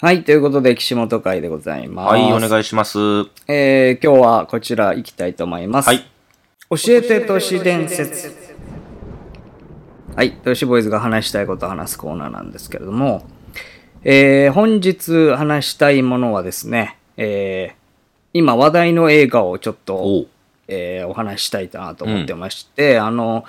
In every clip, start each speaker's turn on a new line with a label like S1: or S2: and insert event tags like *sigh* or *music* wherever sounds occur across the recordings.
S1: はい、ということで、岸本会でございます。
S2: はい、お願いします。は
S1: えー、今日はこちら行きたいと思います。
S2: い。。
S1: 教えて都市伝説。はい、都市ボーイズが話したいことを話すコーナーなんですけれども、えー、本日話したいものはですね、えー、今話題の映画をちょっ
S2: お
S1: と
S2: う、
S1: えー、お話したいなと思ってまして、あの、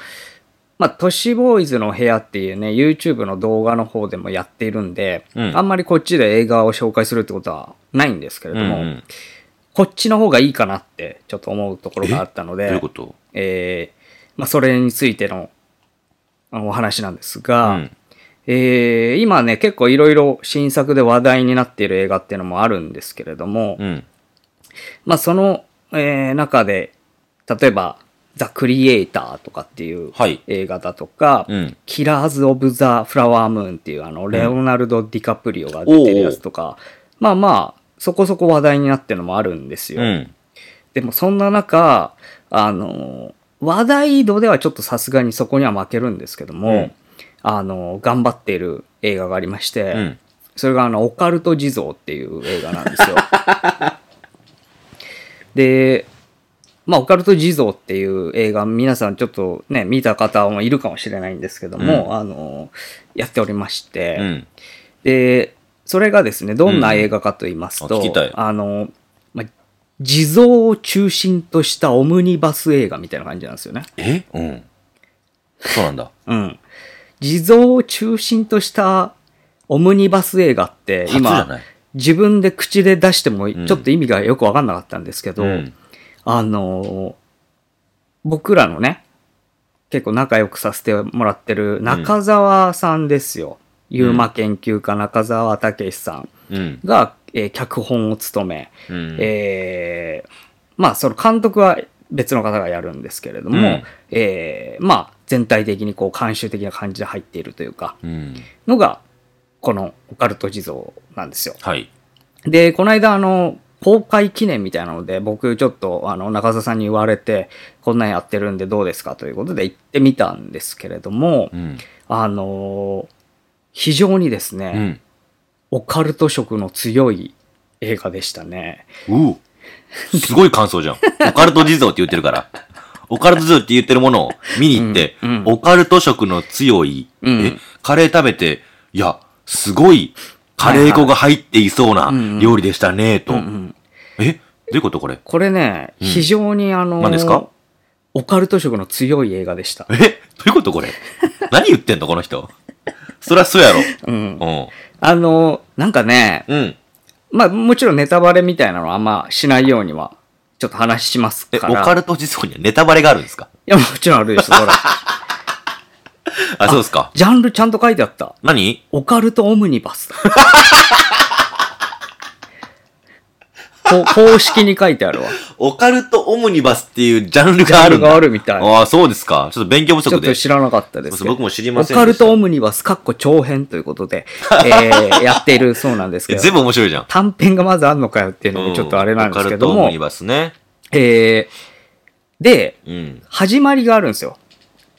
S1: まあ、都市ボーイズの部屋っていうね、YouTube の動画の方でもやっているんで、
S2: うん
S1: あんまりこっちで映画を紹介するってことはないんですけれ
S2: う
S1: ど
S2: ん
S1: も、
S2: うん。
S1: こっちの方がいいかなってちょっと思うところがあったの
S2: ど
S1: で、
S2: ういうこと
S1: えーまあ、それについてのあのお話なんです
S2: う
S1: が、
S2: ん。
S1: えー今ね、結構いろいろ新作で話題になっている映画っていうのもあるんですけれども、
S2: うん。
S1: まあ、その、えー中で、例えば、ザ・クリエイターとかっていう
S2: はい
S1: 映画だとか、
S2: うん
S1: キラーズ・オブ・ザ・フラワームーンっていうあの、レオナルド・ディカプリオが出てるやつとか、まあまあ、そこそこ話題になってるのもあるんですよ。
S2: うん。
S1: でもそんな中、あの、話題度ではちょっとさすがにそこには負けるんですけども、
S2: うん
S1: あの、頑張っている映画がありまして、
S2: うん。
S1: それがあの、オカルト地蔵っていう映画なんですよ。 *laughs* で、まあ、オカルト地蔵っていう映画、皆さんちょっとね、見た方もいるかもしれないんですけども、
S2: う
S1: あの、やっておりまして、
S2: うん。
S1: で、それがですね、どんな映画かと言いますと、
S2: うんあ聞きたい
S1: あの、ま、地蔵を中心としたオムニバス映画みたいな感じなんですよね。
S2: えうん。そうなんだ。
S1: うん。地蔵を中心としたオムニバス映画って、
S2: 初じゃ
S1: 今
S2: ない、
S1: 自分で口で出しても、ち
S2: ん
S1: ょっと意味がよくわかんなかったんですけど、
S2: うん。
S1: あの、僕らのね、結構仲良くさせてもらってる中澤さんですよ。ユーマ研究家中澤武さん。
S2: うん。
S1: が、えー脚本を務め、
S2: うん。
S1: えーまあその監督は別の方がやるんですけれども、
S2: うん
S1: えーまあ全体的にこう監修的な感じで入っているというか、
S2: うん。
S1: のが、このオカルト地蔵なんですよ。
S2: はい。
S1: で、この間あの、公開記念みたいなので、僕ちょっとあの、中澤さんに言われて、こんなんやってるんでどうですかということで行ってみたんですけれども
S2: う、ん。
S1: あのー非常にですね、
S2: うん。
S1: オカルト色の強い映画でしたね。
S2: うう。すごい感想じ
S1: *laughs*
S2: ゃん。オカルト地蔵って言ってるから。オカルト地蔵って言ってるものを見に行って、
S1: うんうん
S2: オカルト色の強い、
S1: うん
S2: え、カレー食べて、いや、すごい、カレー粉が入っていそうな料理でしたね、と。え、どういうことこれ
S1: これね、
S2: ん
S1: 非常にあのー
S2: 何ですか
S1: オカルト色の強い映画でした
S2: え。どういうこ
S1: *laughs*
S2: とこれ何言ってんのこの人。そりゃそうやろ。
S1: うん。
S2: うん。
S1: あのーなんかね、
S2: うん。
S1: まあもちろんネタバレみたいなのはあんましないようには、ちょっと話します
S2: え、
S1: か
S2: オ
S1: ら。
S2: カルト地蔵にはネタバレがあるんですか
S1: いや、もちろんあるでしょ、ほら。
S2: *laughs* あ、そうですか。
S1: ジャンルちゃんと書いてあった。
S2: 何
S1: オカルトオムニバ
S2: *laughs*
S1: ス。こう公式に書いてあるわ。
S2: オカルトオムニバスっていうジャンルがあるん
S1: ジャンル
S2: だ。
S1: があるみたい
S2: ああ、そうですか。ちょっと勉強不
S1: ちょ
S2: 足
S1: っと
S2: で。
S1: 知らなかったですけど。
S2: 僕も知りません
S1: オ
S2: で
S1: カル
S2: した
S1: トオムニバス、かっこ長編ということで、えーやっているそうなんですけ
S2: え *laughs*
S1: ど。
S2: 全部面白いじゃん。
S1: 短編がまずあんのかよっていうのもちょっとあれなんですけど
S2: うんオカルトオ
S1: も
S2: ムニ、バスね。
S1: えーで、
S2: うん。
S1: 始まりがあるんですよ。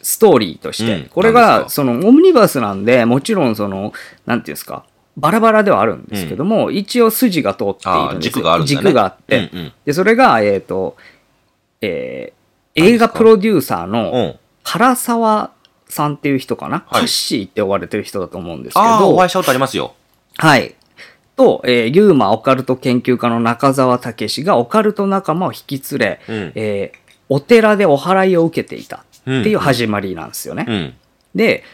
S1: ストーリーとして。
S2: うん
S1: これ
S2: 何で
S1: が、
S2: すか
S1: その、オムニバスなんで、もちろん、その、なんていうんですか、バラバラではあるんですけども、一応筋が通ってい
S2: あ
S1: る
S2: あ、
S1: んですよ
S2: 軸があるんだね。
S1: 軸があって、
S2: うんうん。
S1: で、それが、えっ、と、えー映画プロデューサーの、
S2: うん。
S1: 唐沢さんっていう人かな、
S2: は
S1: カ
S2: い
S1: ッシーって呼ばれてる人だと思うんですけ
S2: ああ、
S1: ど、
S2: お
S1: はい
S2: 会い。したことありますよ。
S1: と、えーユーマオカルト研究家の中澤武史がオカルト仲間を引き連れ、
S2: うん
S1: えーお寺でお祓いを受けていたっていう
S2: うん
S1: 始まりなんですよね。
S2: うん。
S1: で、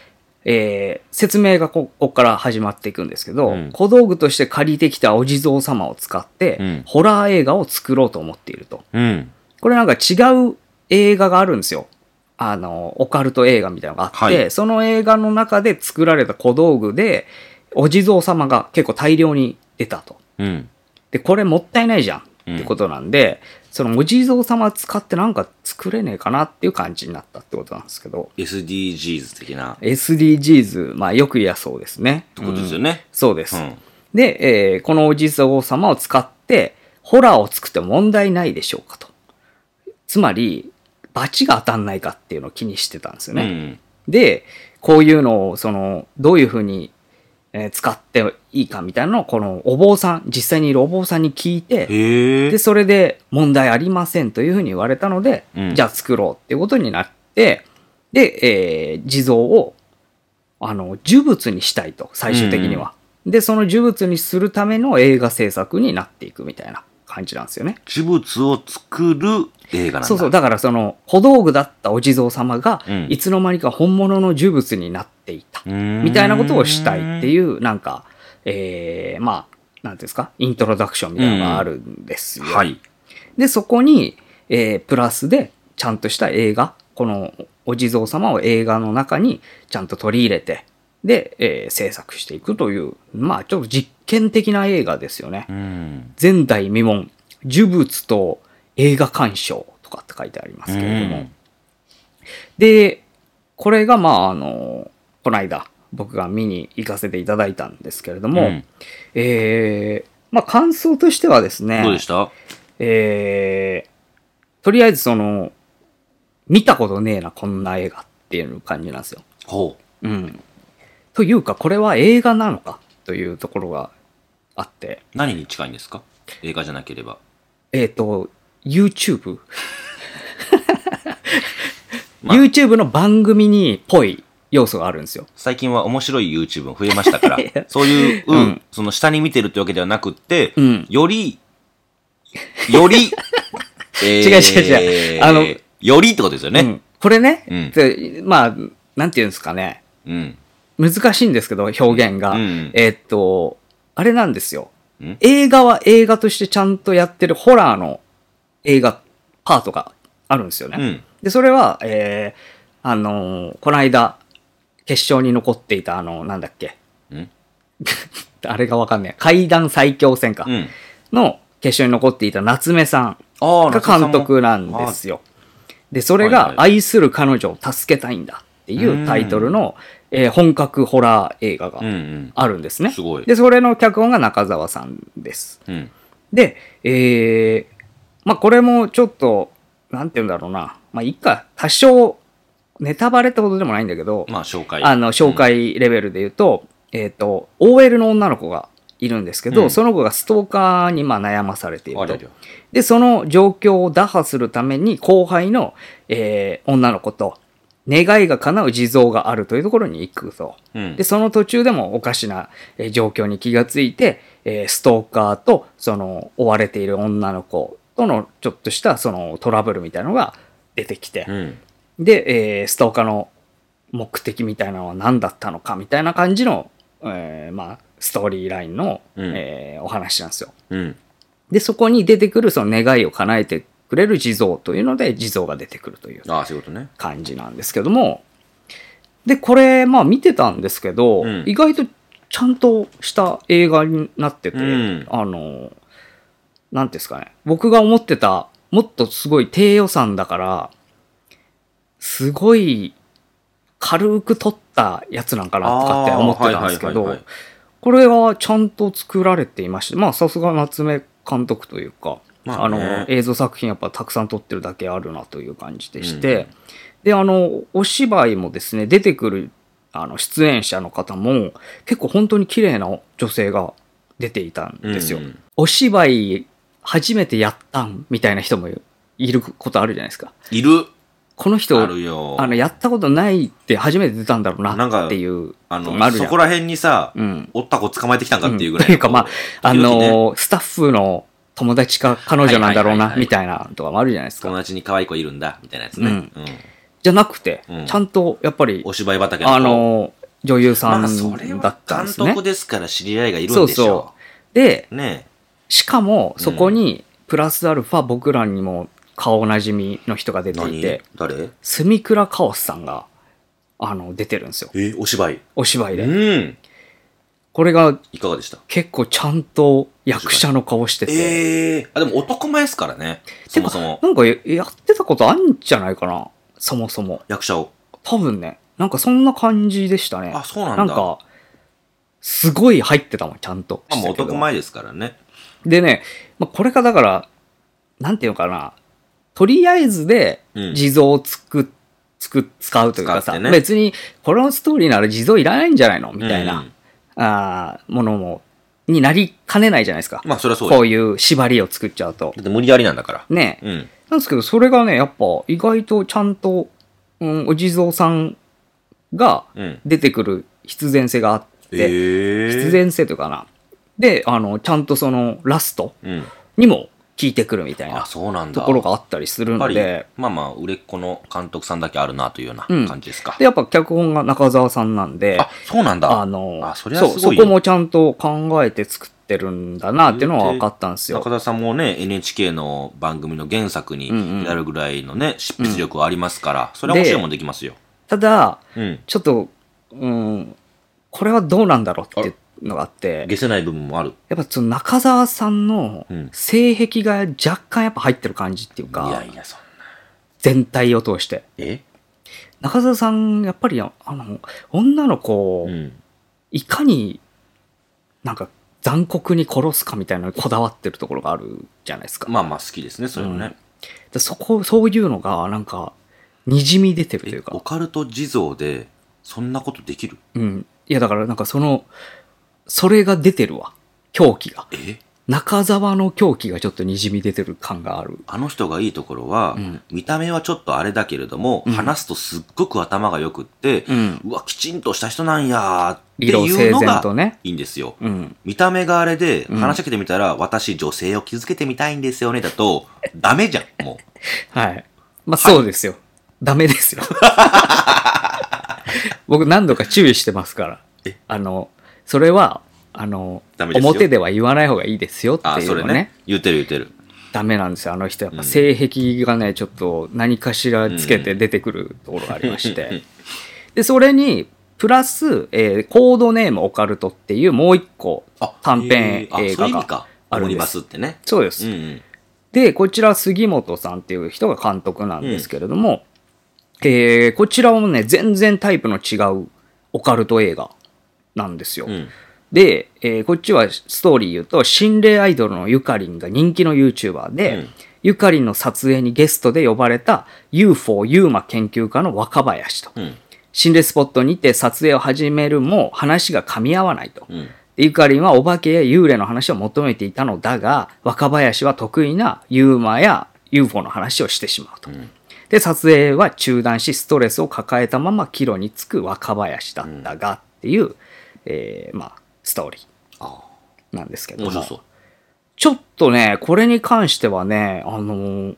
S1: えー説明がこここから始まっていくんですけど、
S2: うん
S1: 小道具として借りてきたお地蔵様を使って、
S2: うん
S1: ホラー映画を作ろうと思っていると。
S2: うん。
S1: これなんか違う映画があるんですよ。あの、オカルト映画みたいなのがあって、
S2: はい
S1: その映画の中で作られた小道具で、お地蔵様が結構大量に出たと。
S2: うん。
S1: で、これもったいないじゃんってことなんで、そのお地蔵様使ってなんか作れねえかなっていう感じになったってことなんですけど、
S2: SDGs 的な。
S1: SDGs、まあよく言やそうですね。
S2: ってことです
S1: う
S2: よ
S1: ん
S2: ね。
S1: そうです。
S2: うん。
S1: で、えーこのお地蔵様を使って、ホラーを作っても問題ないでしょうかと。つまり、罰が当たんないかっていうのを気にしてたんですよ
S2: う
S1: ね。
S2: ん。
S1: で、こういうのを、その、どういうふうにえー使っていいかみたいなのを、このお坊さん、実際にいるお坊さんに聞いて、
S2: へ
S1: で、
S2: え。
S1: それで問題ありませんというふうに言われたので、
S2: うん
S1: じゃあ作ろうっていうことになって、で、えー地蔵を、あの、呪物にしたいと、最終的には。で、その呪物にするための映画制作になっていくみたいな感じなんですよね。
S2: 呪物を作る映画なんだ。
S1: そうそう、だからその、小道具だったお地蔵様が、
S2: うん
S1: いつの間にか本物の呪物になっていた。
S2: うーん
S1: みたいなことをしたいっていう、なんか、えー、まあ、なんていうんですか、イントロダクションみたいなのがあるんですよ。
S2: はい。
S1: で、そこに、えープラスで、ちゃんとした映画、このお地蔵様を映画の中にちゃんと取り入れて、で、えー制作していくという、まあ、ちょっと実験的な映画ですよね。
S2: うん。
S1: 前代未聞、呪物と映画鑑賞とかって書いてありますけれども。
S2: うん
S1: で、これが、まあ、あの、この間、僕が見に行かせていただいたんですけれども、
S2: うん
S1: えーまあ、感想としてはですね、
S2: どうでした
S1: えーとりあえずその、見たことねえな、こんな映画っていう感じなんですよ。
S2: ほう。
S1: うん。というか、これは映画なのかというところがあって、
S2: 何に近いんですか映画じゃなければ。
S1: えっ、と、YouTube、
S2: *laughs* まあ
S1: YouTube の番組にっぽい要素があるんですよ。
S2: 最近は面白い YouTube も増えましたか
S1: *laughs*
S2: ら
S1: いや、
S2: そういう、
S1: うん
S2: うんその下に見てるってわけではなくって、
S1: うん
S2: より、
S1: *laughs*
S2: より、え
S1: 違う違う違うあの
S2: よりってことですよ
S1: う
S2: ね。
S1: んこれね、
S2: うん
S1: でまあ、なんていうんですかね、
S2: うん。
S1: 難しいんですけど、表現が。
S2: うん
S1: えっ、と、あれなんですよ。
S2: うん
S1: 映画は映画としてちゃんとやってるホラーの映画パートがあるんですよね。
S2: うん。
S1: で、それは、えー、あのーこの間、決勝に残っていた、あの、なんだっけ、
S2: うん。
S1: *laughs* あれがわかんねえ、階段最強戦か、
S2: うん。
S1: の決勝に残っていた夏目さん
S2: あ
S1: が監督なんです
S2: よ。
S1: よ。で、それ
S2: はい
S1: が
S2: は、い
S1: 愛する彼女を助けたいんだっていうタイトルの、えー本格ホラー映画が
S2: うんうん。
S1: あるんですね。
S2: すごい
S1: で、それの脚本が中澤さんです。
S2: うん。
S1: で、えー、まあこれもちょっと、なんて言うんだろうな。まあいいか、多少、ネタバレってほどでもないんだけど、
S2: まあ、紹介。
S1: あの、紹介レベルで言うと、えっ、と、OL の女の子がいるんですけど、
S2: うん
S1: その子がストーカーにまあ悩まされてい
S2: あ
S1: る
S2: ら
S1: と
S2: りゃ。
S1: で、その状況を打破するために後輩の、えー女の子と、願いが叶う地蔵があるというところに行くと。
S2: うん
S1: で、。その途中でもおかしなえー状況に気がついて、えーストーカーと、その、追われている女の子との、ちょっとした、その、トラブルみたいのが出てきて、
S2: うん。
S1: で、えーストーカーの目的みたいなのは何だったのか、みたいな感じの、えーまあ、ストーリーラインの、
S2: うん
S1: えーお話なんですよ。
S2: うん。
S1: で、そこに出てくる、その願いを叶えてくれる地蔵というので、地蔵が出てくるという
S2: ああ、そういうことね。
S1: 感じなんですけども、で、これ、まあ見てたんですけど、
S2: うん
S1: 意外とちゃんとした映画になってて、
S2: うん
S1: あの、なんていうんですかね、僕が思ってた、もっとすごい低予算だから、すごい軽く撮ったやつなんかなとかって思ってたんですけ
S2: あーはいはい
S1: ど
S2: はいはい、
S1: これはちゃんと作られていまして、まあさすが夏目監督というか、
S2: まあね
S1: の映像作品やっぱたくさん撮ってるだけあるなという感じでして、で、あの、お芝居もですね、出てくるあの出演者の方も結構本当に綺麗な女性が出ていたんですよ。
S2: うんうん
S1: お芝居初めてやったんみたいな人もいることあるじゃないですか。
S2: いる。
S1: この人、
S2: あ
S1: あ
S2: るよ。
S1: の、やったことないって初めて出たんだろう
S2: なん
S1: な
S2: か
S1: っていう
S2: あ
S1: のがあ
S2: の、
S1: るじ
S2: そ
S1: ゃん
S2: こ。ら辺にさ、
S1: うん。
S2: おった子捕まえてきたんかっていうぐらい。
S1: というかまあ、あ
S2: 時々ね
S1: の、スタッフの友達か彼女なんだろう
S2: はいはいはい
S1: な、
S2: はい
S1: みたいなとかもあるじゃないです
S2: 友
S1: か。
S2: 達に可愛い子いるんだ、みたいなやつね。
S1: う
S2: うんん。
S1: じゃなくて
S2: う、ん
S1: ちゃんと、やっぱり
S2: お、芝居畑の子。
S1: あの、女優さ
S2: まあ、それ
S1: んだ
S2: は
S1: ったん
S2: 監
S1: ですね
S2: 督。ですから知り合いがいる
S1: そ
S2: ん
S1: う
S2: でしょ
S1: そう。で、
S2: う。ね
S1: しかも、そこに、プラスアルファ、僕らにも顔おなじみの人が出
S2: え。
S1: てい
S2: 何
S1: て、
S2: 誰
S1: スミクラカオスさんが、あの、出てるんですよ。
S2: え、お芝居。
S1: お芝居
S2: う
S1: で。
S2: ん。
S1: これが
S2: いかがでした
S1: 結構ちゃんと役者の顔してて。
S2: ええ。あ、でも男前ですからね。そ
S1: て
S2: も
S1: か
S2: そも、
S1: なんかややってたことあんじゃないかな。そもそも。
S2: 役者を。
S1: 多分ね。なんかそんな感じでしたね。
S2: あ、そう
S1: な
S2: なんんだ。
S1: か、すごい入ってたもん、ちゃんと。
S2: まあもう男前ですからね。
S1: でね、まあ、これがだから、なんていうのかな。とりあえずで
S2: うん
S1: 地蔵を作っつく使うというかさ、
S2: 使ってね
S1: 別にこのストーリーなら地蔵いらないんじゃないのみたいな、
S2: うん
S1: あーものも、になりかねないじゃないですか。
S2: まあ、そりゃそうで
S1: こ
S2: す。
S1: ういう縛りを作っちゃうと
S2: だ。って無理やりなんだから。
S1: ね、
S2: うん。
S1: なんですけど、それがね、やっぱ意外とちゃんと、うん、お地蔵さんが
S2: うん。
S1: 出てくる必然性があって、
S2: え
S1: 必然性というかな。で、あの、ちゃんとそのラスト
S2: うん。
S1: にも効いてくるみたい
S2: あ、
S1: な
S2: そうなんだ。
S1: ところがあったりする
S2: やっぱ
S1: の
S2: り
S1: で、、
S2: まあまあ、売れっ子の監督さんだけあるなというような
S1: うん
S2: 感じですか。
S1: で、やっぱ脚本が中澤さんなんで、
S2: あ、そうなんだ。
S1: あの、
S2: あそれは
S1: そう、
S2: す
S1: そ
S2: ごい
S1: こもちゃんと考えて作ってるんだなっていうのは分かったんですよ
S2: 中。田さんもね、NHK の番組の原作
S1: うんうん
S2: になるぐらいのね、執筆力はありますから、それは面白いもんできますよ。
S1: ただ、
S2: うん。
S1: ちょっと、うん、これはどうなんだろうっていうのがあって、
S2: 消せない部分もある。
S1: やっぱその中澤さんの
S2: うん
S1: 性癖が若干やっぱ入ってる感じっていう
S2: いや
S1: か、
S2: いや、そんな。
S1: 全体を通して。
S2: え
S1: 中澤さん、やっぱりあの、女の子を
S2: うん。
S1: いかになんか残酷に殺すかみたいなのにこだわってるところがあるじゃないですか。
S2: まあまあ、好きですね、それもね。
S1: でそこ、そういうのがなんか、にじみ出てるとい
S2: え
S1: うか
S2: オ。カルト地蔵で、そんなことできる
S1: うん。いや、だからなんかその、それが出てるわ。狂気が。
S2: え
S1: 中沢の狂気がちょっとにじみ出てる感がある。
S2: あの人がいいところは、
S1: うん
S2: 見た目はちょっとあれだけれども、
S1: うん
S2: 話すとすっごく頭が良くって、
S1: うん。
S2: うわ、きちんとした人なんやーって
S1: 理論
S2: いう
S1: 整
S2: の
S1: 然
S2: が
S1: とね。
S2: いいんですよ。
S1: うん。
S2: 見た目があれで、
S1: うん
S2: 話しかけてみたら、私女性を傷つけてみたいんですよねだと、ダメじゃん、もう。
S1: はい。まあ、そうですよ。ダメですよ。
S2: *laughs*
S1: 僕何度か注意してますから
S2: え。
S1: あの、それは、あの
S2: ダメ、ですよ
S1: 表では言わない方がいいですよって
S2: あ、
S1: い
S2: そうれ
S1: のね
S2: ね。。言ってる言ってる。
S1: ダメなんですよあの人やっ
S2: う
S1: ぱ
S2: ん
S1: 性癖がねちょっと何かしらつけて出てくるところがありまして、
S2: *laughs* うんうん
S1: でそれにプラス、えーコードネームオカルトっていうもう一個
S2: あ
S1: 短編映
S2: そういう意
S1: 画
S2: 味
S1: が
S2: か。
S1: あ
S2: オ
S1: る
S2: ム
S1: ん
S2: ニ
S1: で
S2: バ
S1: す
S2: スってね。
S1: そうで
S2: う
S1: す、
S2: んうん。
S1: でこちら杉本さんっていう人が監督なんですけれども、えーこちらもね全然タイプの違うオカルト映画なんですよ、
S2: うん。
S1: で、えーこっちはストーリー言うと、心霊アイドルのゆかりんが人気の YouTuber で、
S2: うん
S1: ゆかりんの撮影にゲストで呼ばれた UFO ユーマ研究家の若林と、
S2: うん。
S1: 心霊スポットにて撮影を始めるも話が噛み合わないと。
S2: うん。
S1: でゆかりんはお化けや幽霊の話を求めていたのだが、若林は得意なユーマや UFO の話をしてしまうと。
S2: ん
S1: で、撮影は中断し、ストレスを抱えたまま帰路に着く若林だったがっていう、えーまあ、ストーリ
S2: あ
S1: ーなんですけ
S2: あ、
S1: ど
S2: 面
S1: も
S2: 白そう。
S1: ちょっとね、これに関してはね、あのー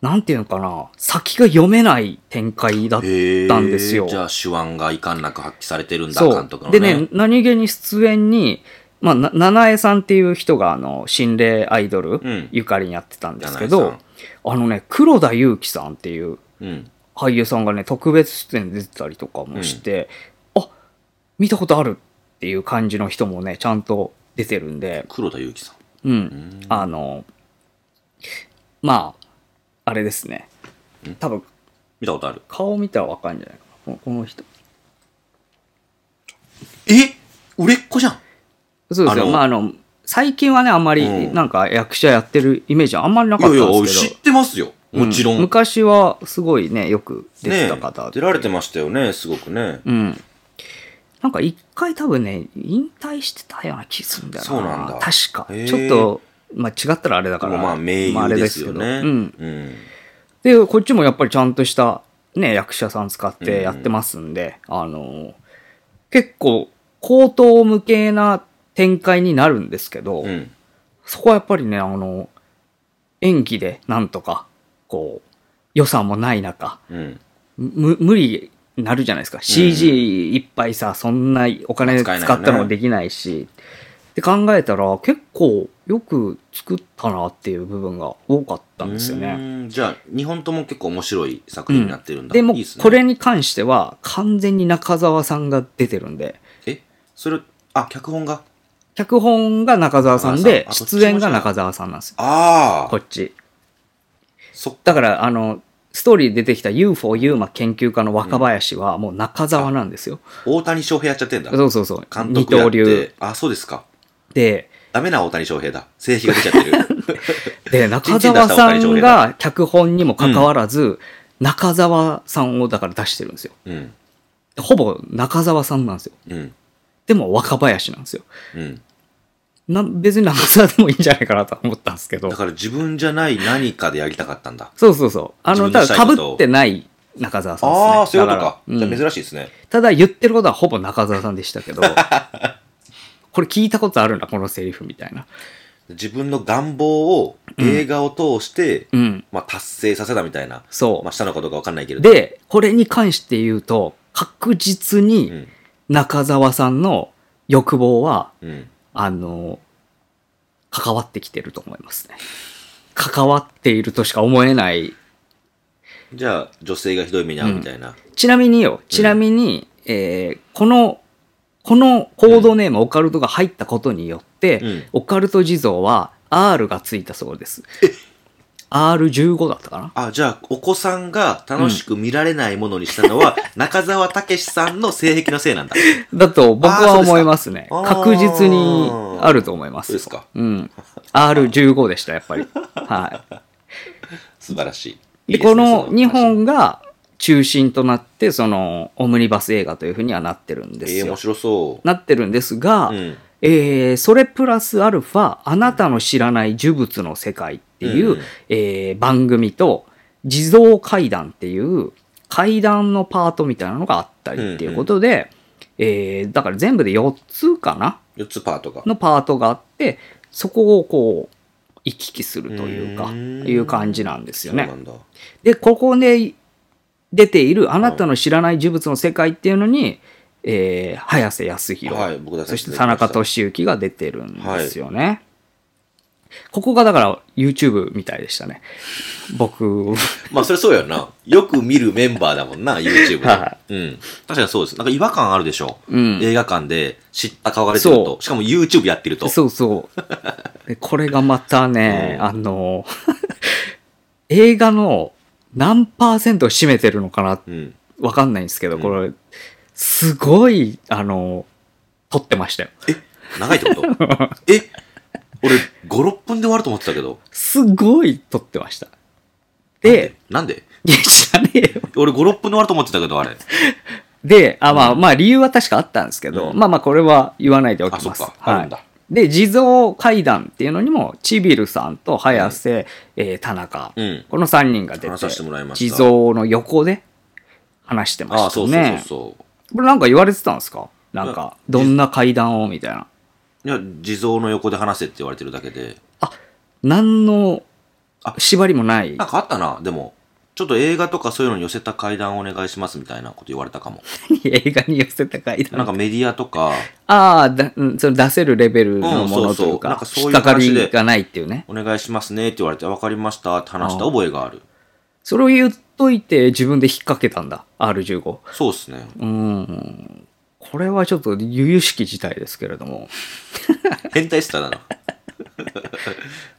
S1: なんていうのかな、先が読めない展開だった
S2: へえ。
S1: んですよ。
S2: じゃあ手腕がいかんなく発揮されてるんだ、
S1: そう
S2: 監督のね。
S1: でね、何気に出演に、まあ、な七重さんっていう人が、あの、心霊アイドル、
S2: うん
S1: ゆかりにやってたんですけ
S2: 七
S1: ど
S2: 重、
S1: あのね、黒田祐樹さんっていう
S2: うん。
S1: 俳優さんがね、特別出演出てたりとかもして、あ見たことあるっていう感じの人もね、ちゃんと出てるんで、
S2: 黒田祐樹さん。
S1: う。
S2: うんん。
S1: あの、まあ、あれですね。多分、
S2: 見たことある。
S1: 顔見たらわかるんじゃないかな。このこの人。
S2: え売れっ子じゃん。
S1: そうです
S2: あ
S1: よ。
S2: の
S1: まあ、あの、最近はね、あんまり、
S2: うん
S1: なんか役者やってるイメージはあんまりないか
S2: や
S1: った
S2: い
S1: ん
S2: や、
S1: ですけ
S2: 知
S1: ど
S2: ってますよ。。もちろ。
S1: うん昔はすごいね、よく出
S2: ね
S1: て
S2: え
S1: た方で
S2: 出られてましたよね、すごくね。
S1: うん。なんか一回多分ね、引退してたような気するんだよな。
S2: そうなんだ
S1: 確か。
S2: へえ
S1: ちょっと、まあ違ったらあれだから。
S2: まあ、名
S1: まああ
S2: 優
S1: れ
S2: ですよ
S1: け
S2: ね。
S1: どうん。
S2: うん。
S1: で、こっちもやっぱりちゃんとした、ね、役者さん使ってやってますんで、あの、結構、高等無形な展開になるんですけど、
S2: うん。
S1: そこはやっぱりね、あの、演技でなんとか、こう、予算もない中、
S2: うん。
S1: む無理になるじゃないですか。CG いっぱいさ、そんなお金使ったのもできないし、って考えたら、結構よく作ったなっていう部分が多かったんですよね。
S2: うーんじゃあ、日本とも結構面白い作品になってるんだ。
S1: でも
S2: いいっすね
S1: こ。れに関しては完全に中澤さんが出てるんで
S2: えそれ、あ、脚本が
S1: 脚本が中澤さんで
S2: 中澤さんあ
S1: 出演が中澤さんなんですよ
S2: あ
S1: こ
S2: あ
S1: っち
S2: そっ
S1: だからあのストーリーで出てきた UFO ユーマ研究家の若林はもう中澤なんですよ、
S2: 大谷翔平やっちゃってんだ。
S1: そうそうそう
S2: 監
S1: 二
S2: 督や
S1: 刀
S2: っ
S1: 流
S2: て。あ、そうですか。
S1: で
S2: ダメな大谷翔平だ。性癖が出ちゃっ
S1: *laughs*
S2: てる。
S1: で中澤さんが脚本にもかかわらず、中澤さんをだから出してるんですよ
S2: うん。
S1: ほぼ中澤さんなんですよ
S2: うん。
S1: でも若林なんですよ。
S2: うん。
S1: な別に長澤でもいいんじゃないかなとは思ったんですけど
S2: だ。から自分じゃない何かでやりたかったんだ。
S1: そうそうそう。あの、
S2: 自分
S1: ただ
S2: のしたい
S1: か
S2: こ
S1: ぶ
S2: とを
S1: ってない中澤さんですね。
S2: ああ、そういうこと
S1: だら
S2: か。じゃあ
S1: うん
S2: 珍しいですね。
S1: ただ言ってることはほぼ中澤さんでした
S2: *laughs*
S1: けど、これ聞いたことあるな、このセリフみたいな。
S2: 自分の願望を映画を通して、
S1: うん。
S2: まあ達成させたみたいな。
S1: そう
S2: まあしたのかどうかわかんないけれど。
S1: で、これに関して言うと、確実
S2: う
S1: に
S2: ん。
S1: 中澤さんの欲望は、
S2: うん。
S1: あの、関わってきてると思いますね。関わっているとしか思えない。
S2: じゃあ女性がひどい目に遭うみたいな。
S1: ちなみによ、ちなみに、えーこの、このコードネーム、オカルトが入ったことによって、
S2: うん
S1: オカルト地蔵は R がついたそうです。R15 だったかな
S2: あ、じゃあ、お子さんが楽しく見られないものにしたのは、 *laughs* 中澤武さんの性癖のせいなんだ。
S1: だと僕
S2: あ
S1: は
S2: ーそうですか
S1: 思いますね。
S2: あー
S1: 確実にあると思います。
S2: そうですか。
S1: うん。R15 でした、やっ
S2: *laughs*
S1: ぱり。は
S2: 素晴らしい。
S1: い。で、この
S2: 日
S1: 2本が中心となって、その、オムニバス映画というふうにはなってるんです
S2: ええ
S1: よ。
S2: 面白そう。
S1: なってるんですが、
S2: うん
S1: えーそれプラスアルファ、あなたの知らない呪物の世界っていう、
S2: うん
S1: えー番組と、地蔵怪談っていう、怪談のパートみたいなのがあったりっていうことで、えーだから全部で4つかな
S2: 4つパートが。
S1: のパートがあって、そこをこう、行き来するというか、
S2: うーん
S1: いう感じなんですよね
S2: そう。なんだ。
S1: で、ここで出ているあなたの知らない呪物の世界っていうのに、えー早瀬康弘、
S2: はい僕出さ
S1: そし
S2: せて
S1: て
S2: い
S1: 田
S2: ただき
S1: 中
S2: ました
S1: 俊之が出てるんですよね。ここがだから YouTube みたいでしたね。僕、
S2: まあ、それそうやな。よく見るメンバーだもんな、YouTube で。
S1: は
S2: うん。確かにそうです。なんか違和感あるでしょ。
S1: うん
S2: 映画館で知った顔が出てる
S1: そ
S2: と。しかも YouTube やってると。
S1: そうそう。でこれがまたね、
S2: うん
S1: あの、映画の何パーセントを占めてるのかな
S2: うん。
S1: わかんないんですけど、これ、すごい、あの、撮ってましたよ。
S2: 長いっ
S1: *laughs*
S2: てことえ俺、5、6分で終わると思ってたけど。
S1: すごい撮ってました。で、
S2: なんで
S1: いや、知らねえよ。
S2: 俺5、6分で終わると思ってたけど、あれ。
S1: で、あ、まあ、まあ、理由は確かあったんですけど、
S2: うん
S1: まあまあ、これは言わないでおきます。
S2: あそっか
S1: はい、
S2: あるんだ
S1: で、地蔵会談っていうのにも、ちびるさんと早瀬、えー田中、
S2: うん。
S1: この3人が出て、
S2: 話させてもらいまし
S1: 地
S2: た
S1: 蔵の横で話してま
S2: ああ、
S1: した
S2: そうそうそう
S1: ね。
S2: そう。
S1: これなんか言われてたんですかなんか、
S2: うん
S1: どんな会談をみたいな。
S2: いや、地蔵の横で話せって言われてるだけで。
S1: 何の
S2: あ
S1: 縛りもない
S2: なん。かあったな、でも。ちょっと映画とかそういうのに寄せた階段お願いしますみたいなこと言われたかも。
S1: *laughs* 映画に寄せた会談
S2: なんかメディアとか、
S1: ああ、だうんその出せるレベルのも
S2: う
S1: の
S2: んそうそ
S1: と
S2: う
S1: いう
S2: なん
S1: か
S2: か、そう
S1: 引っ
S2: いう
S1: かか
S2: 話で
S1: りがないっていうね。
S2: お願いしますねって言われて、わかりましたって話した覚えがある。
S1: それを言っといて自分で引っ掛けたんだ、R15。
S2: そうっす
S1: *laughs*
S2: ね。
S1: うーん。これはちょっと由々しき事態ですけれども。
S2: 変態スターだな。 *laughs*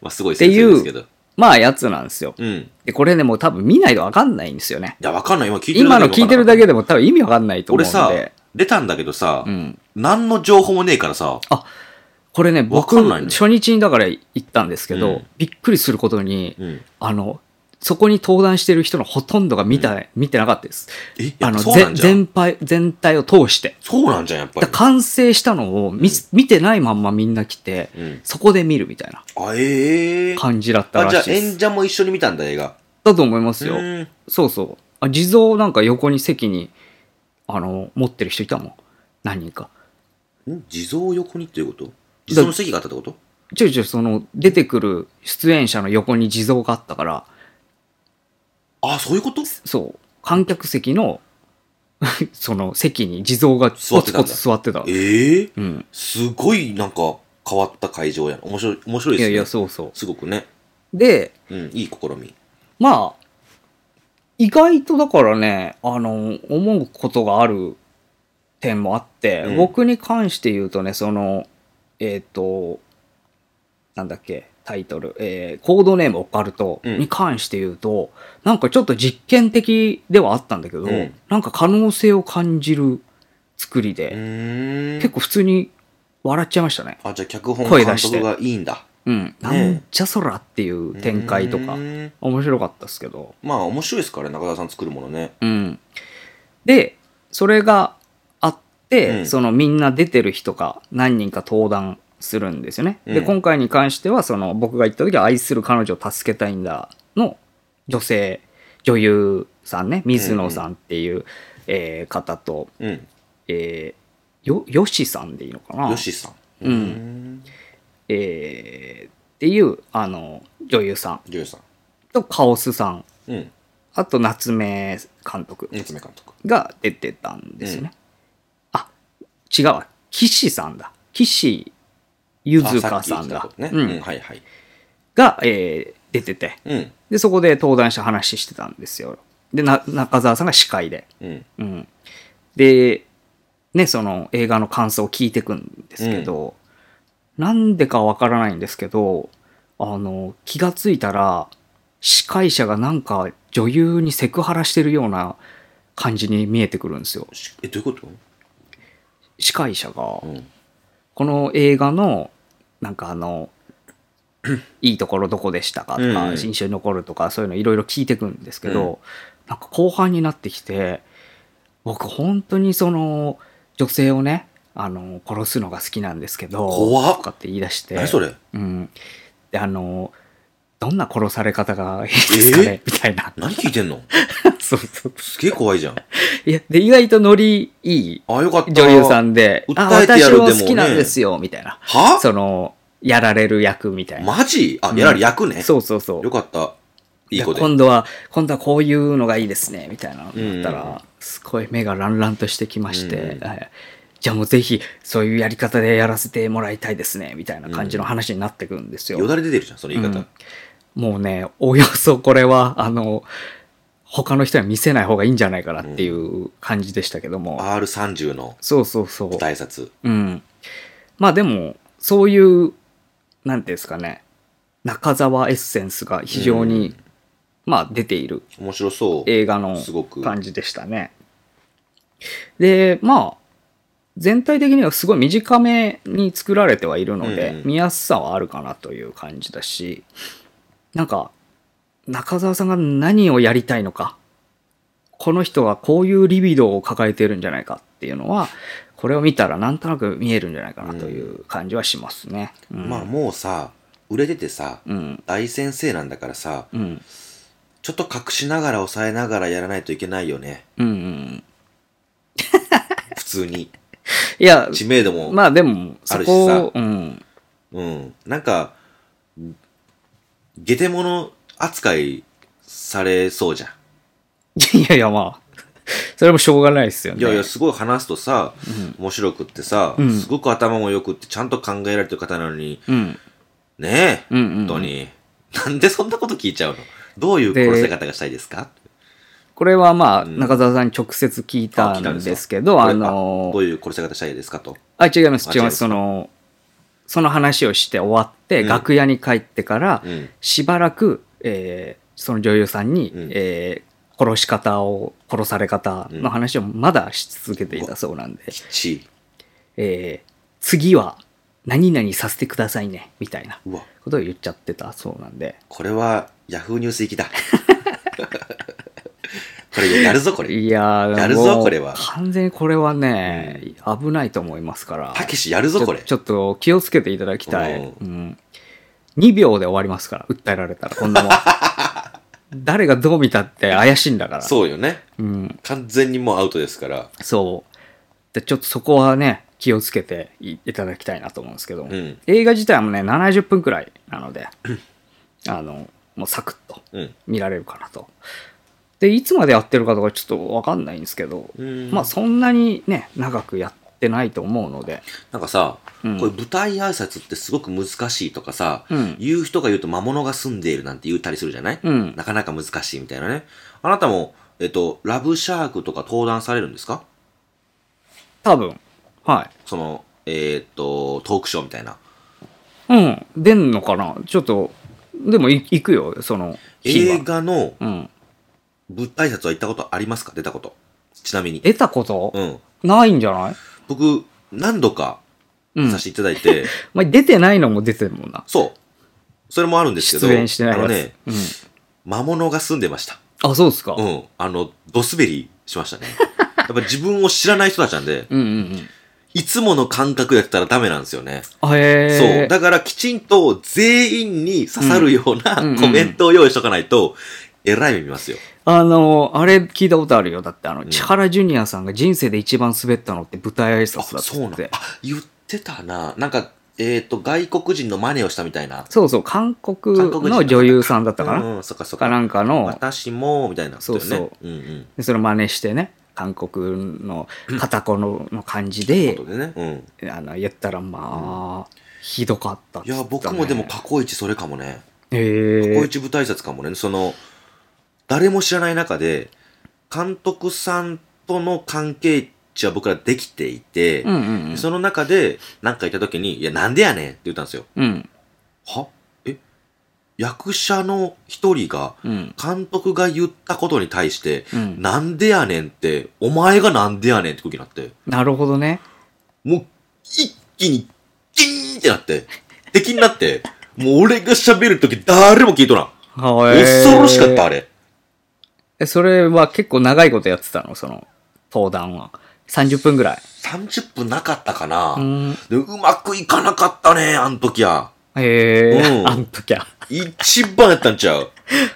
S2: まあすごい先生ですけど。
S1: まあ、やつなんですよ。
S2: うん。い
S1: で、これね、もう多分見ないとわかんないんですよね。
S2: や、わかんない。今聞いてるだ
S1: 今
S2: けで
S1: の
S2: わかん
S1: 聞い
S2: な
S1: て
S2: か
S1: る
S2: った
S1: だけでも多分意味わかんないと思
S2: 俺
S1: うん
S2: さ
S1: で。、
S2: 出たんだけどさ、
S1: ん
S2: 何の情報もねえからさ、
S1: これね、僕、
S2: わかんないね
S1: 初日にだから行ったんですけど、
S2: うん
S1: びっくりすることに、
S2: うん。
S1: あの、そこに登壇してる人のほとんどが見た、見てなかったです。
S2: え、や
S1: あ
S2: っぱ
S1: の、
S2: そうな
S1: 全
S2: んじゃん。
S1: 全体、全体を通して。
S2: そうなんじゃん、やっぱ
S1: だ
S2: り
S1: から。完成したのを見,、見てないまんまみんな来て、
S2: うん
S1: そこで見るみたいな
S2: あ、ええ
S1: 感じだった
S2: あ、
S1: ら
S2: じゃあ
S1: しいです
S2: 演。者も一緒に見たんだ、映画。
S1: だと思いますよ。
S2: うん。
S1: そうそう。あ、地蔵なんか横に席に、あの、持ってる人いたもん。何人か。
S2: ん地蔵を横にっていうこと地蔵の席があったってこと
S1: ちょいちょいその、出てくる出演者の横に地蔵があったから、
S2: あそういうこと
S1: そう、観客席の、 *laughs* その席に地蔵がコツコツ座ってた。
S2: ええ
S1: うん。
S2: すごいなんか変わった会場やな面白い面白い
S1: い
S2: です
S1: や
S2: ね
S1: いや、そうそう。
S2: すごくね、
S1: で、
S2: うん、いい試み
S1: まあ、意外とだからね、あの、思うことがある点もあって、
S2: うん
S1: 僕に関して言うとね、その、えっ、と、なんだっけ、タイトル、えーコードネームオカルト
S2: うん
S1: に関して言うと、なんかちょっと実験的ではあったんだけど、
S2: うん
S1: なんか可能性を感じる作り
S2: う
S1: で、
S2: ーん
S1: 結構普通に笑っちゃいましたね。
S2: あじゃあ脚本
S1: 声
S2: 監
S1: 出して
S2: 督がいいんだ
S1: うん。なんじゃそらっていう展開とか
S2: う、ーん
S1: 面白かったですけど。
S2: まあ面白いですからね中田さん作るものね
S1: うん。で、それがあっって、
S2: うん
S1: そのみんな出てる人が何人か登壇するんですよね。で、
S2: うん
S1: 今回に関しては、その僕が言った時は愛する彼女を助けたいんだの女性、女優さんね、水野さんっていう、えー方と、
S2: うん。
S1: えーよ、よしさんでいいのかな
S2: よしさん。
S1: うん
S2: ん。
S1: えーっていう、あの、女優さん
S2: りょうさん。
S1: とカオスさん、
S2: うん。
S1: あと夏目監督
S2: 夏目監督。
S1: が出てたんですよね。あ、違うわ。岸さんだ。岸ゆずかさんだ
S2: あさっき。言ったこと
S1: う
S2: ね。うん。
S1: ん、
S2: はいはい。
S1: が、えー出てて。
S2: うん。
S1: で、そこで登壇して話してたんですよ。で、な中澤さんが司会で。
S2: うん。
S1: うん。で、ね、その映画の感想を聞いてくんですけど、なんでかわからないんですけど、あの、気がついたら、司会者がなんか女優にセクハラしてるような感じに見えてくるんですよ。
S2: しえ、どういうこ
S1: 司会者が
S2: と、うん。
S1: この映画の、なんかあの、 *clears throat* いいところどこでしたかと
S2: うん
S1: か、
S2: うん
S1: 印象に残るとか、そういうのいろいろ聞いてくんですけど、なんか後半になってきて、僕本当にその、女性をね、あの、殺すのが好きなんですけど、
S2: 怖っ
S1: とかって言い出して、
S2: 何それ
S1: うん。で、あの、どんな殺され方がいいですかね、みたいな。
S2: 何聞いてんの
S1: *laughs* そうそう。
S2: すげえ怖いじゃん。
S1: いや、で、意外とノリいい
S2: あ、よかった。
S1: 女優さ。んで、あ、
S2: 訴えてや
S1: 私
S2: る
S1: も
S2: でも
S1: 好
S2: ね
S1: きなんですよ、みたいな。
S2: *laughs* は
S1: その、やられる役みたいな。
S2: マジあ
S1: う、ん
S2: やられ役ね。
S1: そうそうそう
S2: よ。かった。いい子
S1: で
S2: で。
S1: 今度は、今度はこういうのがいいですね、みたいなのだった
S2: うん
S1: ら、すごい目がランランとしてきまして、
S2: うん
S1: はいじゃあもうぜひ、そういうやり方でやらせてもらいたいですね、みたいな感じの話になってくるんですよ。
S2: よだれ出てるじゃん、その言い方。
S1: もうね、およそこれは、あの、他の人には見せない方がいいんじゃないかなっていう感じでしたけども。
S2: R30 の
S1: そうそうそう。
S2: 舞台札。
S1: うん。まあでも、そういう、なんていうんですかね、中澤エッセンスが非常に、
S2: うん
S1: まあ出ている
S2: 面白そう。
S1: 映画の
S2: すごく
S1: 感じでしたね。で、まあ、全体的にはすごい短めに作られてはいるので、
S2: うんうん
S1: 見やすさはあるかなという感じだし、なんか、中澤さんが何をやりたいのか、この人はこういうリビドを抱えてるんじゃないかっていうのは、これを見たらなんとなく見えるんじゃないかなという感じはしますね。うん
S2: まあもうさ、売れててさ、
S1: うん。
S2: 大先生なんだからさ、
S1: うん。
S2: ちょっと隠しながら抑えながらやらないといけないよね。
S1: うんうん。
S2: 普通に。
S1: いや、
S2: 知名度も。
S1: まあでも、そ
S2: あるし
S1: こ
S2: さ
S1: を、うん。
S2: うん。なんか、下手者扱いされそうじゃん。
S1: *laughs* いやいや、まあ、それもしょうがないですよね。
S2: いやいや、すごい話すとさ、面白くってさ、
S1: うん
S2: すごく頭も良くってちゃんと考えられてる方なのに、
S1: うん。
S2: ねえ、
S1: うんうんうん
S2: 本当に。なんでそんなこと聞いちゃうのどういう殺せ方がしたいですか
S1: これはまあ、
S2: ん
S1: 中澤さんに直接聞いたんですけど、
S2: あ
S1: あ
S2: 聞いたんですか
S1: の
S2: どういう殺せ方したいですかと。
S1: あ、違います、
S2: あ
S1: 違い
S2: 違い
S1: ま。
S2: ますす
S1: その、その話をして終わって、
S2: うん
S1: 楽屋に帰ってから、
S2: うん。
S1: しばらく、えーその女優さんに、
S2: うん
S1: えー殺し方を、殺され方の話をまだし続けていたそうなんで、
S2: きっちり。
S1: えー次は、何々させてくださいね、みたいな
S2: うわ、
S1: ことを言っちゃってたそうなんで、
S2: これはヤフーニュース行
S1: *laughs*
S2: きだ。これやるぞ、これ。
S1: いやー、
S2: やるぞ
S1: もう
S2: これは
S1: 完全にこれはね、危ないと思いますから。
S2: たけしやるぞ、これ
S1: ちょ。ちょっと気をつけていただきたい。
S2: うん
S1: うん。2秒で終わりますから、訴えられたら、こんな
S2: *laughs*
S1: もん。誰がどう見たって怪しいんだから。う。
S2: そうよね。
S1: ん、
S2: 完全にもうアウトですから。
S1: そう。で、ちょっとそこはね、気をつけていいただきたいなと思うんですけども、
S2: うん
S1: 映画自体もね、70分くらいなので、あの、もうサクッと
S2: うん。
S1: 見られるかなと。で、いつまでやってるかとかちょっとわかんないんですけど、
S2: うん
S1: まあそんなにね、長くやってないと思うので、
S2: なんかさ、
S1: うん
S2: これ舞台挨拶ってすごく難しいとかさ、
S1: うん
S2: 言う人が言うと魔物が住んでいるなんて言ったりするじゃない、
S1: うん
S2: なかなか難しいみたいなね。あなたも、えっと、ラブシャークとか登壇されるんですか
S1: 多分、は
S2: その、えーっと、トークショーみたいな。
S1: い。うん、出んのかなちょっと、でもい行くよ、その日は
S2: 映画の
S1: うん。
S2: 舞台挨拶は行ったことありますか出たこと。ちなみに。
S1: 得たこと、
S2: うん。
S1: ないんじゃない
S2: 僕、何度か
S1: うん
S2: させていただ
S1: *laughs*
S2: いて、
S1: まあ、出てないのも出てるもんな。
S2: そう。それもあるんですけど、
S1: 出演してない
S2: あの
S1: やつ。
S2: ね、魔物が住んでました。
S1: うん、あ、そうですか。 *laughs*
S2: うん。あの、ドスベリしましたね。やっぱ自分を知らない人たちなんで、
S1: うんうんうん。
S2: いつもの感覚やったらダメなんですよね。
S1: あへえ。
S2: そう。だからきちんと全員に刺さるような
S1: うんうんうん
S2: コメントを用意しとかないと、えらい目見ますよ。
S1: あの、あれ聞いたことあるよ。だって、あの、
S2: ん
S1: 千原ジュニアさんが人生で一番滑ったのって舞台挨
S2: あ、
S1: 拶だっ
S2: そうなん
S1: つって。。
S2: だあ、言ってたな。なんか、えっ、と、外国人の真似をしたみたいな。
S1: そうそう、韓国
S2: 韓国人
S1: の女優さんだったか
S2: う
S1: な。
S2: んうん、そっかそっ
S1: か
S2: か。
S1: なんかの、
S2: 私も、みたいなことよね。
S1: そうそ
S2: うんうん。
S1: でそれ真似してね、韓国
S2: *clears throat*
S1: の片子のの感じ
S2: こ
S1: で
S2: と、でね。うん。
S1: あの、言ったら、まあ、ひどかったっつ
S2: い
S1: ってたね
S2: や、僕もでも過去一それかもね。
S1: へ
S2: 高
S1: え。
S2: 一舞台挨拶かもね、その、誰も知らない中で、監督さんとの関係値は僕らできていて、
S1: うんうんうん。
S2: その中で何かいた時に、いや、なんでやねんって言ったんですよ。
S1: うん。
S2: はえ役者の一人が、
S1: うん。
S2: 監督が言ったことに対して、
S1: うん
S2: なんでやねんって、お前がなんでやねんって空気になって、
S1: なるほどね。
S2: もう、一気に、キーンってなって、敵になって、もう俺が喋る時誰も聞いとらん。恐
S1: 恐
S2: ろしかった、あれ。
S1: え、それは結構長いことやってたのその、登壇は。30分ぐらい。
S2: 30分なかったかな、
S1: うん。
S2: でうまくいかなかったね、あの時は。
S1: へえー。
S2: うん
S1: あん時は。
S2: 一番やったんちゃう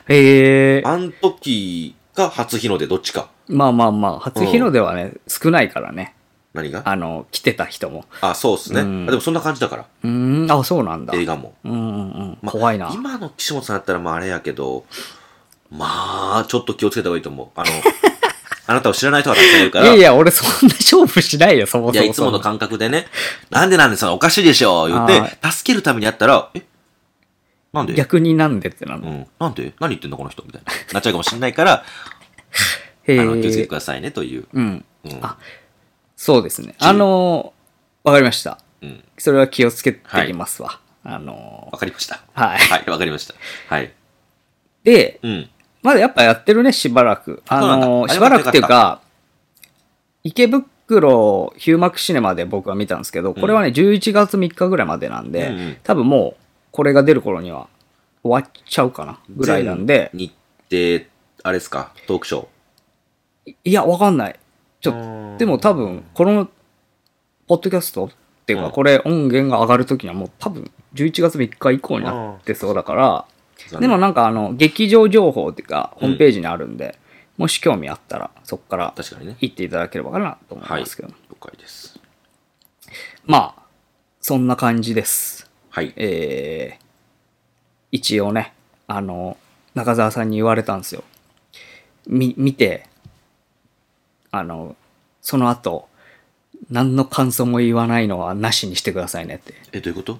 S1: へえー。
S2: あの時が初日の出、どっちか。
S1: まあまあまあ、初日の出はね、少ないからね。
S2: 何が
S1: あの、来てた人も。
S2: あそうっすね、
S1: うん
S2: あでもそんな感じだから、
S1: うーん、あ、そうなんだ。
S2: 映画も。
S1: うんうんうん。
S2: まあ
S1: 怖いな。
S2: 今の岸本さんだったらまああれやけど、まあ、ちょっと気をつけた方がいいと思う。あの、 *laughs* あなたを知らない人はたくさんいるか
S1: い
S2: ら。
S1: やいや、俺そんな勝負しないよ、そも
S2: い
S1: そも。
S2: や、いつもの感覚でね、なんでなんでそのおかしいでしょ言っ
S1: あ
S2: て、助けるためにやったら、えなんで
S1: 逆になんでってな
S2: う
S1: の。
S2: ん。なんで何言ってんだこの人みたいな。なっちゃうかもしれないから、
S1: *laughs* へえ
S2: あの、気をつけてく
S1: ー。
S2: ださいねという。
S1: うん。
S2: うん。
S1: あそうですね。あのー、わかりました。
S2: うん。
S1: それは気をつけていますわ。あの
S2: わかりました。
S1: ー、はい。
S2: はい、わかりました。はい。
S1: で、
S2: うん。
S1: まだやっぱやってるね、しばらく。あ
S2: そうなんだ
S1: の
S2: あ
S1: ー、し
S2: よ
S1: ば
S2: かっ
S1: ら
S2: た
S1: くっていうか、池袋ヒューマックシネマで僕は見たんですけど、これはね、11月3日ぐらいまでなんで、
S2: うんうん
S1: 多分もう、これが出る頃には終わっちゃうかな、ぐらいなんで、
S2: 全日程、あれですか、トークショー。
S1: いや、わかんない。ちょっ
S2: うー
S1: と、
S2: ん
S1: でも多分、この、ポッドキャストっていう
S2: う
S1: か、
S2: ん
S1: これ音源が上がるときにはもう多分、11月3日以降になってそうだから、
S2: 残
S1: で
S2: 念
S1: も、なんかあの、劇場情報っていうか、
S2: う
S1: ホ
S2: ん
S1: ームページにあるんで、もし興味あったら、そこから
S2: 確かにね。
S1: 行っていただければかなと思いますけど。
S2: 了解です。
S1: まあ、そんな感じです。
S2: はい。
S1: えー、一応ね、あの、中澤さんに言われたんですよ。み、見て、あの、その後、何の感想も言わないのはなしにしてくださいねって。 *laughs*
S2: え、どういうこと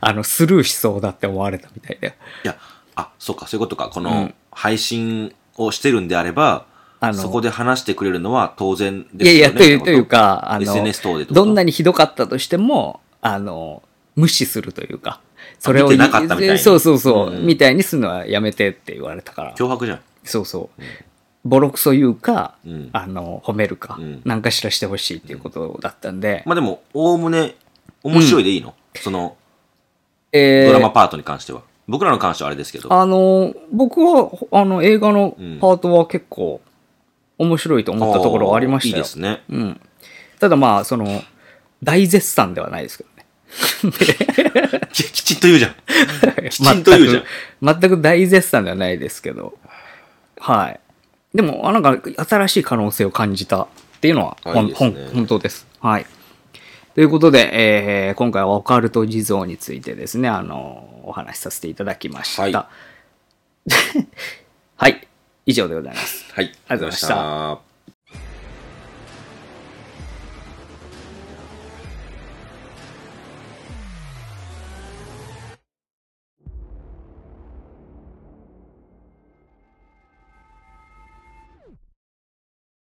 S1: あの、スルーしそうだって思われたみたいで。
S2: いや、あ、そうか、そういうことか。こ
S1: う
S2: の
S1: ん、
S2: 配信をしてるんであれば、
S1: あの
S2: そこで話してくれるのは当然ですよね。
S1: いやいや、とい
S2: って
S1: う、
S2: こと
S1: いう、か、あの、
S2: SNS 等でってこと
S1: どんなにひどかったとしても、あの、無視するというか、それを、
S2: 見てなかったみたいな
S1: そうそうそう、
S2: うん
S1: みたいにするのはやめてって言われたから、
S2: 脅迫じゃん。
S1: そうそう、ボロクソ言うか、
S2: うん
S1: あの、褒めるか、
S2: うん
S1: 何かしらしてほしいっていうことだったんで、
S2: まあでも、おおむね、面白いでいいの、その、
S1: えー
S2: ドラマパートに関しては。僕らの関してはあれですけど。
S1: あの、僕は、あの、映画の
S2: うん
S1: パートは結構、面白いと思ったところはありましたよ。
S2: いいですね。
S1: うん。ただまあ、その、大絶賛ではないですけどね。
S2: ききちんと言うじゃん。き
S1: *laughs*
S2: ち
S1: 全
S2: ん
S1: く
S2: と言うじゃん。
S1: 全く大絶賛ではないですけど。はい。でも、あなんか、新しい可能性を感じたっていうのは、
S2: あ
S1: ほん
S2: いいですね
S1: ほん本当です。はい。ということで、えー今回はオカルト地蔵についてですね、あの、お話しさせていただきました。は
S2: はいい。
S1: *laughs* 以上でございます。
S2: は
S1: あ
S2: い。
S1: りがとうございました
S2: ありがとうございました。